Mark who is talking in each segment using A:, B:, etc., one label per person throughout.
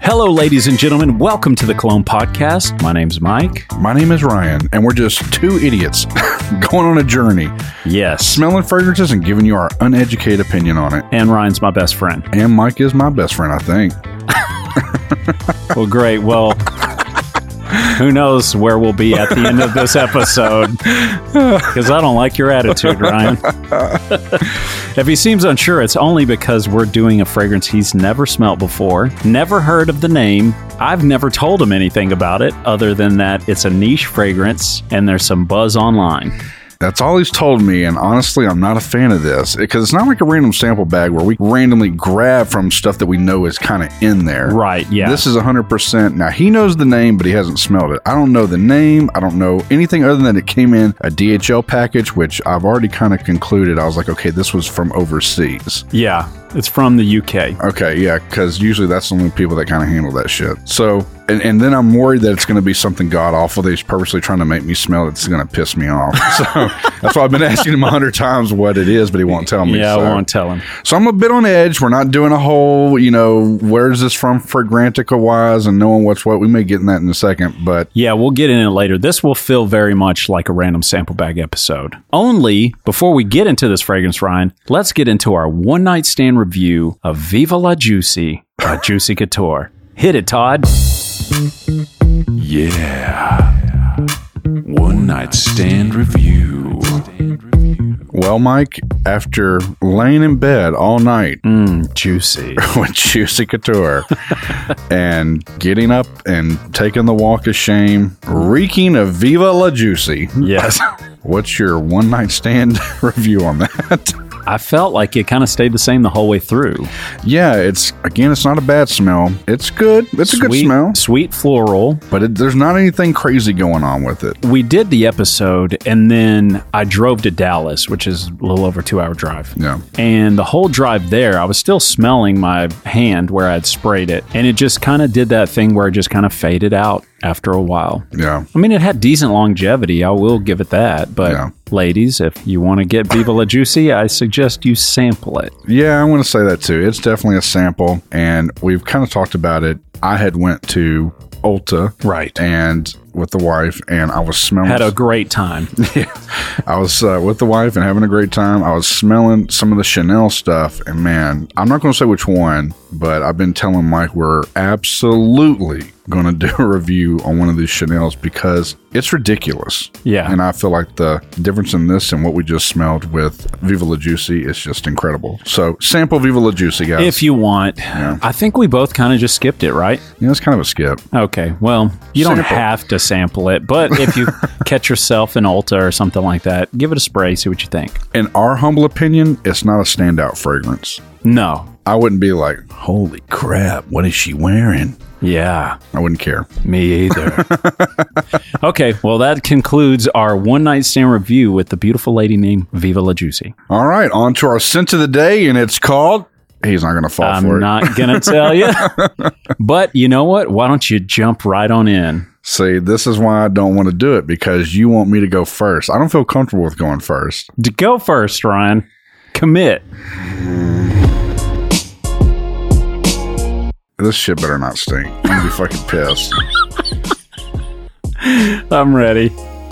A: Hello, ladies and gentlemen. Welcome to the Clone Podcast. My name's Mike.
B: My name is Ryan, and we're just two idiots going on a journey,
A: Yes.
B: smelling fragrances and giving you our uneducated opinion on it.
A: And Ryan's my best friend.
B: And Mike is my best friend, I think.
A: Well, great. Well, who knows where we'll be at the end of this episode? Because I don't like your attitude, Ryan. if he seems unsure, it's only because we're doing a fragrance he's never smelt before, never heard of the name. I've never told him anything about it other than that it's a niche fragrance and there's some buzz online.
B: That's all he's told me, and honestly, I'm not a fan of this because it's not like a random sample bag where we randomly grab from stuff that we know is kind of in there.
A: Right. Yeah.
B: This is 100%. Now, he knows the name, but he hasn't smelled it. I don't know the name. I don't know anything other than it came in a DHL package, which I've already kind of concluded. I was like, okay, this was from overseas.
A: yeah. It's from the UK.
B: Okay, yeah, because usually that's the only people that kind of handle that shit. So, and, and then I'm worried that it's going to be something god awful. That he's purposely trying to make me smell. It's going to piss me off. So that's why I've been asking him a hundred times what it is, but he won't tell me.
A: Yeah,
B: so.
A: I won't tell him.
B: So I'm a bit on edge. We're not doing a whole, you know, where's this from Fragrantica wise and knowing what's what. We may get in that in a second, but
A: Yeah, we'll get in it later. This will feel very much like a random sample bag episode. Only before we get into this fragrance, Ryan, let's get into our one night stand review of Viva La Juicy by Juicy Couture. Hit it, Todd.
C: One Night Stand Review.
B: well, Mike, after laying in bed all night
A: Juicy.
B: with Juicy Couture and getting up and taking the walk of shame, reeking of Viva La Juicy.
A: Yes.
B: What's your one night stand review on that?
A: I felt like it kind of stayed the same the whole way through.
B: yeah, it's again, it's not a bad smell. It's good. It's a good
A: Sweet-
B: smell,
A: Sweet floral.
B: but it, there's not anything crazy going on with it.
A: We did the episode and then I drove to Dallas, which is a little over two hour drive.
B: Yeah.
A: And the whole drive there, I was still smelling my hand where I'd sprayed it. And it just kind of did that thing where it just kind of faded out after a while.
B: Yeah.
A: I mean, it had decent longevity. I will give it that. But
B: Yeah.
A: ladies, if you want to get Viva La Juicy, I suggest you sample it.
B: Yeah, I want to say that too. It's definitely a sample, and we've kind of talked about it. I had went to Ulta,
A: Right.
B: and with the wife, and I was smelling.
A: Had a great time.
B: I was uh, with the wife and having a great time. I was smelling some of the Chanel stuff, and man, I'm not going to say which one, but I've been telling Mike we're absolutely going to do a review on one of these Chanels because it's ridiculous.
A: Yeah.
B: and I feel like the difference in this and what we just smelled with Viva La Juicy is just incredible. So sample Viva La Juicy, guys.
A: if you want, I think we both kind of just skipped it, right?
B: Yeah, it's kind of a skip.
A: Okay. Well, you don't
B: Sample.
A: have to sample it, but if you catch yourself in Ulta or something like that, give it a spray, see what you think.
B: In our humble opinion, it's not a standout fragrance.
A: No.
B: I wouldn't be like, holy crap, what is she wearing?
A: Yeah.
B: I wouldn't care.
A: Me either. okay, well, that concludes our one night stand review with the beautiful lady named Viva La Juicy.
B: All right, on to our scent of the day, and it's called. He's not going to fall for
A: I'm
B: it.
A: not going to tell you. but you know what? Why don't you jump right on in?
B: See, this is why I don't want to do it because you want me to go first. I don't feel comfortable with going first.
A: D- Go first, Ryan. Commit.
B: This shit better not stink. I'm gonna be fucking pissed.
A: I'm ready.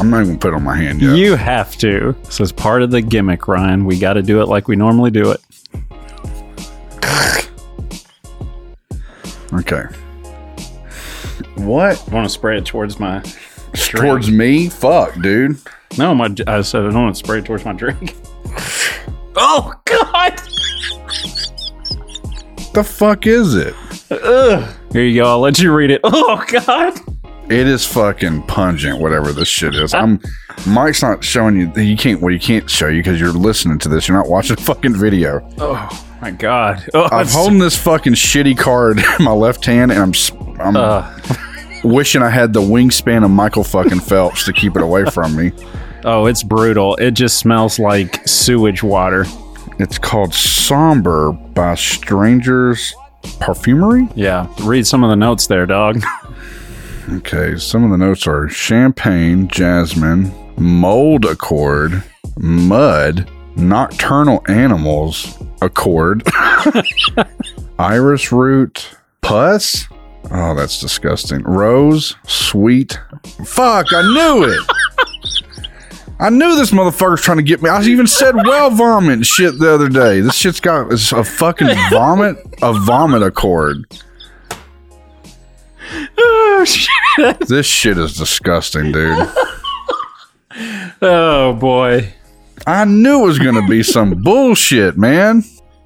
B: I'm not even gonna put it on my hand yet.
A: You have to. This is part of the gimmick, Ryan. We got to do it like we normally do it.
B: okay. What?
A: I want to spray it towards my.
B: Towards me? Fuck, dude.
A: No, my. I said I don't want to spray it towards my drink. oh, God.
B: The fuck is it?
A: Here you go. I'll let you read it. Oh, God.
B: It is fucking pungent, whatever this shit is. I'm Mike's not showing you. He can't. Well, you can't show you because you're listening to this. You're not watching the fucking video.
A: My God. Oh,
B: I'm holding this fucking shitty card in my left hand, and I'm s- I'm
A: Uh.
B: wishing I had the wingspan of Michael fucking Phelps to keep it away from me.
A: Oh, it's brutal. It just smells like sewage water.
B: It's called Somber by Strangers Perfumery.
A: Yeah. Read some of the notes there, dog.
B: Okay, some of the notes are champagne, jasmine, mold accord, mud, nocturnal animals accord. Iris root, pus. Oh, that's disgusting. Rose, sweet. Fuck, I knew it. I knew this motherfucker's trying to get me. I even said well vomit shit the other day. This shit's got it's a fucking vomit, a vomit accord.
A: Oh, shit.
B: This shit is disgusting, dude.
A: Oh, boy.
B: I knew it was gonna be some bullshit, man.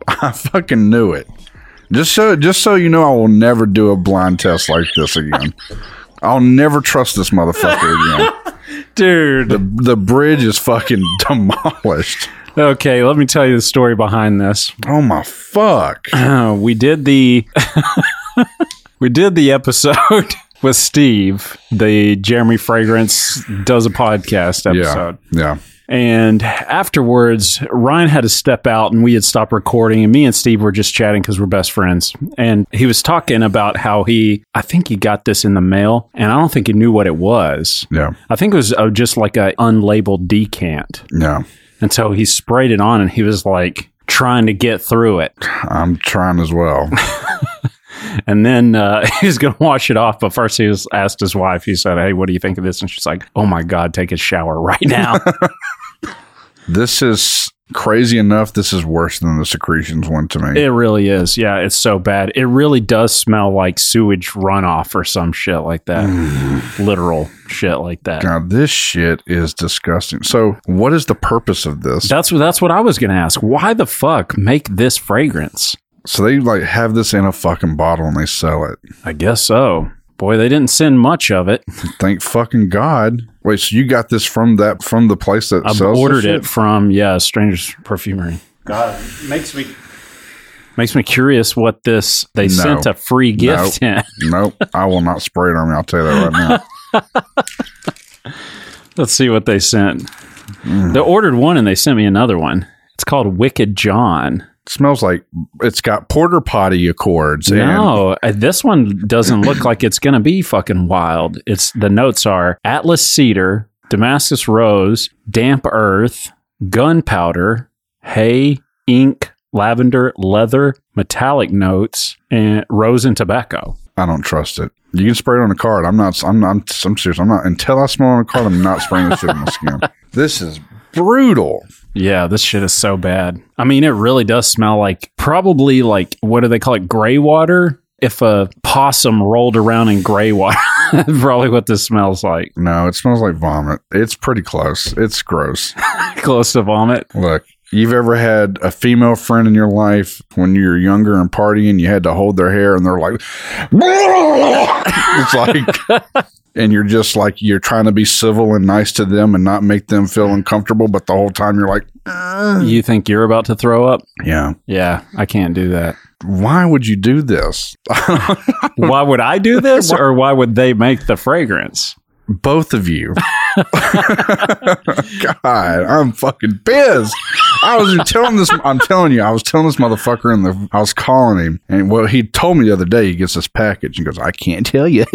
B: I fucking knew it. Just so just so you know, I will never do a blind test like this again. I'll never trust this motherfucker again.
A: Dude.
B: The the bridge is fucking demolished.
A: Okay, let me tell you the story behind this.
B: Oh my fuck.
A: Uh, we did the we did the episode with Steve, the Jeremy Fragrance does a podcast
B: Yeah.
A: episode.
B: Yeah.
A: And afterwards, Ryan had to step out and we had stopped recording. And me and Steve were just chatting because we're best friends. And he was talking about how he, I think he got this in the mail and I don't think he knew what it was.
B: Yeah.
A: I think it was uh, just like a unlabeled decant.
B: Yeah.
A: And so he sprayed it on and he was like trying to get through it.
B: I'm trying as well.
A: And then uh, he was going to wash it off. But first, he was asked his wife, he said, Hey, what do you think of this? And she's like, Oh my God, take a shower right now.
B: This is crazy enough. This is worse than the secretions one to me.
A: it really is. Yeah, it's so bad. It really does smell like sewage runoff or some shit like that. Literal shit like that.
B: God, this shit is disgusting. So, what is the purpose of this?
A: That's what that's what I was gonna ask. Why the fuck make this fragrance?
B: So they like have this in a fucking bottle and they sell it.
A: I guess so. Boy, they didn't send much of it.
B: Thank fucking God. Wait, so you got this from that from the place that
A: I
B: sells this
A: ordered
B: shit?
A: it from yeah, Stranger's Perfumery. God, makes me makes me curious what this they sent a free gift in.
B: Nope, I will not spray it on me. I'll tell you that right now.
A: Let's see what they sent. They ordered one and they sent me another one. It's called Wicked John.
B: It smells like it's got porter potty accords. And
A: No, uh, this one doesn't look like it's going to be fucking wild. It's the notes are Atlas cedar, Damascus rose, damp earth, gunpowder, hay, ink, lavender, leather, metallic notes, and rose and tobacco.
B: I don't trust it. You can spray it on a card. I'm not. I'm. I'm. I'm serious. I'm not. Until I smell it on a card, I'm not spraying this shit on my skin. This is brutal.
A: Yeah, this shit is so bad. I mean, it really does smell like probably like what do they call it? Gray water. If a possum rolled around in gray water, probably what this smells like.
B: No, it smells like vomit. It's pretty close. It's gross.
A: Close to vomit.
B: Look, you've ever had a female friend in your life when you were younger and partying, you had to hold their hair and they're like, it's like, and you're just like, you're trying to be civil and nice to them and not make them feel uncomfortable. But the whole time you're like,
A: You think you're about to throw up?
B: yeah,
A: Yeah, I can't do that.
B: why would you do this?
A: Why would I do this or why would they make the fragrance?
B: Both of you. God, I'm fucking pissed. I was telling this. I'm telling you, I was telling this motherfucker in the. I was calling him, and well, he told me the other day he gets this package and goes, "I can't tell you."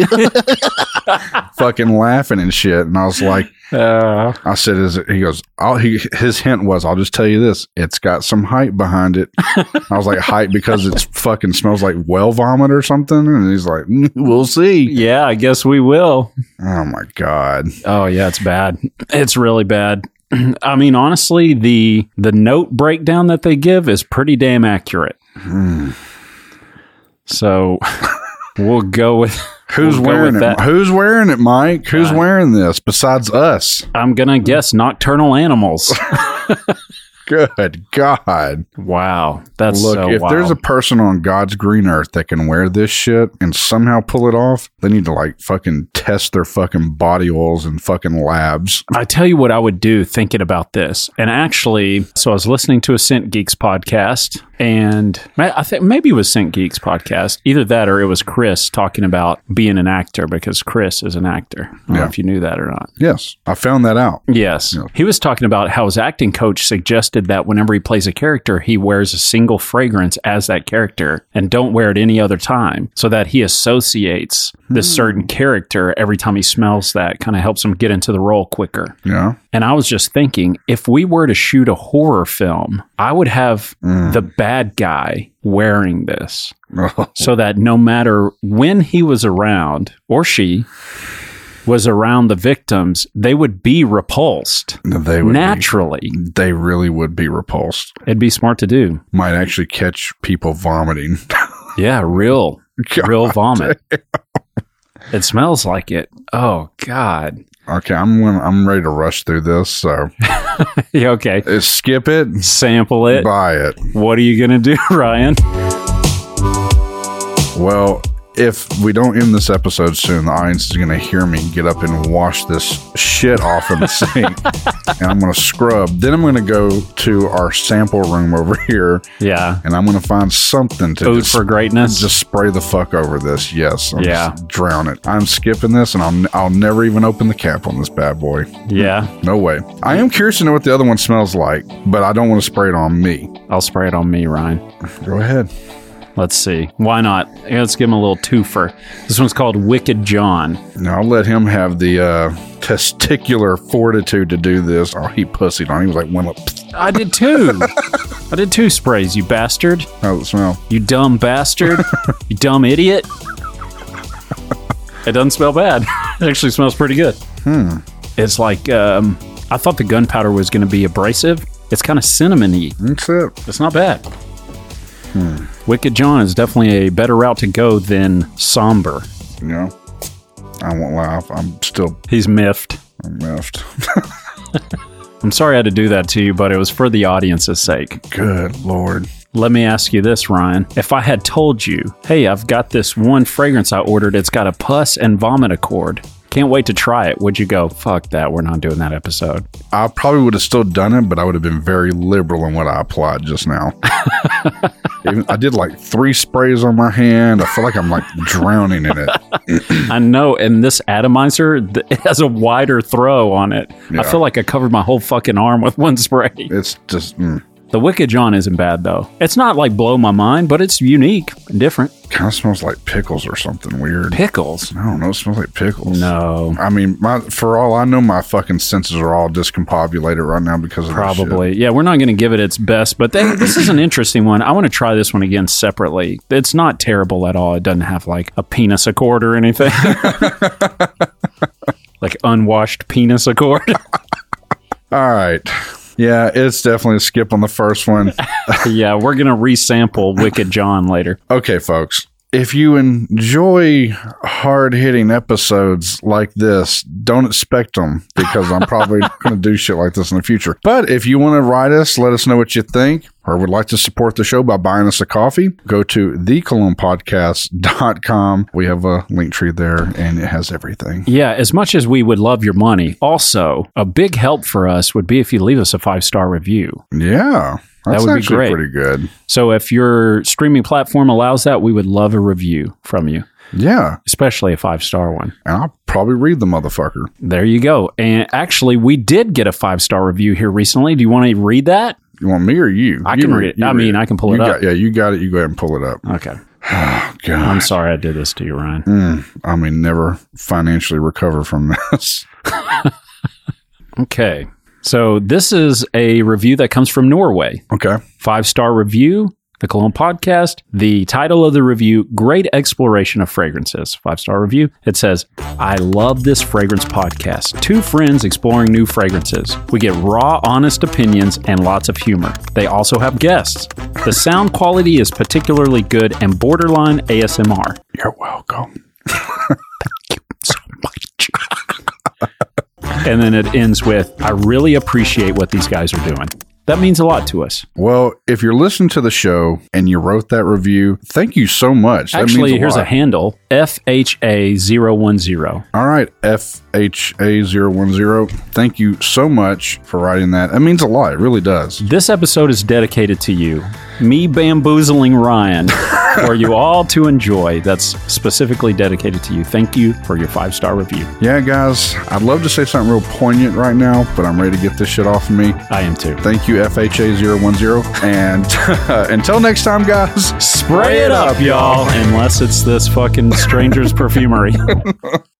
B: fucking laughing and shit, and I was like,
A: Uh,
B: I said, "Is it?" He goes, I'll, he, "His hint was, I'll just tell you this: it's got some hype behind it." I was like, "Hype because it's fucking smells like well vomit or something," and he's like, "Mm, "We'll see."
A: yeah, I guess we will.
B: Oh my god.
A: Oh yeah, it's bad. It's really bad. I mean, honestly, the the note breakdown that they give is pretty damn accurate.
B: Hmm.
A: So we'll go with.
B: Who's
A: We'll go
B: wearing it?
A: with that.
B: Who's wearing it, Mike? Who's
A: God.
B: wearing this besides us?
A: I'm gonna guess nocturnal animals.
B: Good God.
A: Wow, that's
B: Look,
A: so
B: if
A: wild.
B: there's a person on God's green earth that can wear this shit and somehow pull it off, they need to like fucking test their fucking body oils and fucking labs.
A: I tell you what I would do thinking about this. And actually, so I was listening to a Scent Geeks podcast, and ma- I think maybe it was Scent Geeks podcast. Either that or it was Chris talking about being an actor because Chris is an actor. I don't know
B: Yeah.
A: if you knew that or not.
B: Yes, I found that out.
A: Yes. He was talking about how his acting coach suggested suggested that whenever he plays a character, he wears a single fragrance as that character and don't wear it any other time so that he associates this certain character every time he smells that kind of helps him get into the role quicker.
B: Yeah.
A: And I was just thinking, if we were to shoot a horror film, I would have
B: Mm.
A: the bad guy wearing this so that no matter when he was around or she was around the victims, they would be repulsed
B: they would.
A: naturally.
B: be, they really would be repulsed.
A: It'd be smart to do.
B: Might actually catch people vomiting.
A: Yeah, real,
B: God
A: real vomit. It smells like it. Oh God.
B: okay, I'm gonna, I'm ready to rush through this. So
A: Yeah, okay.
B: Uh, skip it,
A: Sample it.
B: buy it.
A: What are you gonna do, Ryan?
B: Well, if we don't end this episode soon, the audience is going to hear me get up and wash this shit off in the sink. and I'm going to scrub. Then I'm going to go to our sample room over here
A: Yeah.
B: and I'm going to find something to
A: Food
B: just,
A: for greatness.
B: just spray the fuck over this. Yes. I'm
A: Yeah.
B: Just drown it. I'm skipping this and I'll, I'll never even open the cap on this bad boy.
A: yeah.
B: No way. I am curious to know what the other one smells like, but I don't want to spray it on me.
A: I'll spray it on me, Ryan.
B: Go ahead.
A: Let's see. Why not? Yeah, Let's give him a little twofer. This one's called Wicked John.
B: Now I'll let him have the uh, testicular fortitude to do this. Oh, he pussied on. He was like, "One up,
A: I did two. I did two sprays, you bastard.
B: how's it smell?"
A: You dumb bastard. you dumb idiot. It doesn't smell bad. It actually smells pretty good. Hmm. It's like um, I thought the gunpowder was going to be abrasive. It's kind of cinnamony.
B: That's it.
A: It's not bad. Wicked John is definitely a better route to go than somber.
B: You know, I won't laugh. I'm still
A: He's miffed.
B: I'm miffed.
A: I'm sorry I had to do that to you, but it was for the audience's sake.
B: Good lord.
A: Let me ask you this, Ryan. If I had told you, hey, I've got this one fragrance I ordered, it's got a pus and vomit accord. Can't wait to try it. Would you go, fuck that, we're not doing that episode?
B: I probably would have still done it, but I would have been very liberal in what I applied just now. Even, I did like three sprays on my hand. I feel like I'm like drowning in it.
A: I know, and this atomizer, th- it has a wider throw on it.
B: Yeah.
A: I feel like I covered my whole fucking arm with one spray.
B: It's just mm,
A: The Wicked John isn't bad, though. It's not like blow my mind, but it's unique and different.
B: kind of smells like pickles or something weird.
A: Pickles?
B: I don't know. It smells like pickles.
A: No.
B: I mean, my for all I know, my fucking senses are all discombobulated right now because of this Oh, shit.
A: Probably. Yeah, we're not going to give it its best, but they, this is an interesting one. I want to try this one again separately. It's not terrible at all. It doesn't have like a penis accord or anything, like unwashed penis accord.
B: All right. Yeah, it's definitely a skip on the first one.
A: yeah, we're going to resample Wicked John later.
B: okay, folks. If you enjoy hard hitting episodes like this, don't expect them because I'm probably going to do shit like this in the future. But if you want to write us, let us know what you think or would like to support the show by buying us a coffee, go to thecolognepodcast.com. We have a link tree there and it has everything.
A: Yeah, as much as we would love your money, also a big help for us would be if you leave us a five star review.
B: Yeah. That's
A: would be
B: actually
A: great.
B: pretty good.
A: So if your streaming platform allows that, we would love a review from you,
B: Yeah.
A: especially a five star one.
B: And I'll probably read the motherfucker.
A: There you go. And actually, we did get a five star review here recently. Do you want to read that?
B: You want me or you?
A: I
B: You
A: can read it.
B: you
A: I mean, I can pull
B: You
A: it up. Oh.
B: got- yeah, you got it. You go ahead and pull it Mm. up. Oh,
A: Okay.
B: God,
A: I'm sorry I did this to you, Ryan.
B: I mean, never financially recover from this.
A: Okay. So this is a review that comes from Norway.
B: Okay.
A: Five star review, the Cologne podcast. The title of the review Great Exploration of Fragrances. Five star review. It says, I love this fragrance podcast. Two friends exploring new fragrances. We get raw, honest opinions and lots of humor. They also have guests. The sound quality is particularly good and borderline ASMR.
B: You're welcome.
A: And then it ends with, I really appreciate what these guys are doing. That means a lot to us.
B: Well, if you're listening to the show and you wrote that review, thank you so much. That
A: Actually,
B: means a
A: here's
B: lot.
A: a handle FHA010.
B: All right, FHA010. Thank you so much for writing that. That means a lot. It really does.
A: This episode is dedicated to you, me bamboozling Ryan for you all to enjoy that's specifically dedicated to you. Thank you for your five star review.
B: Yeah, guys, I'd love to say something real poignant right now, but I'm ready to get this shit off of me.
A: I am too.
B: Thank you, FHA010. And until next time, guys,
A: Spray it up, y'all, unless it's this fucking stranger's perfumery.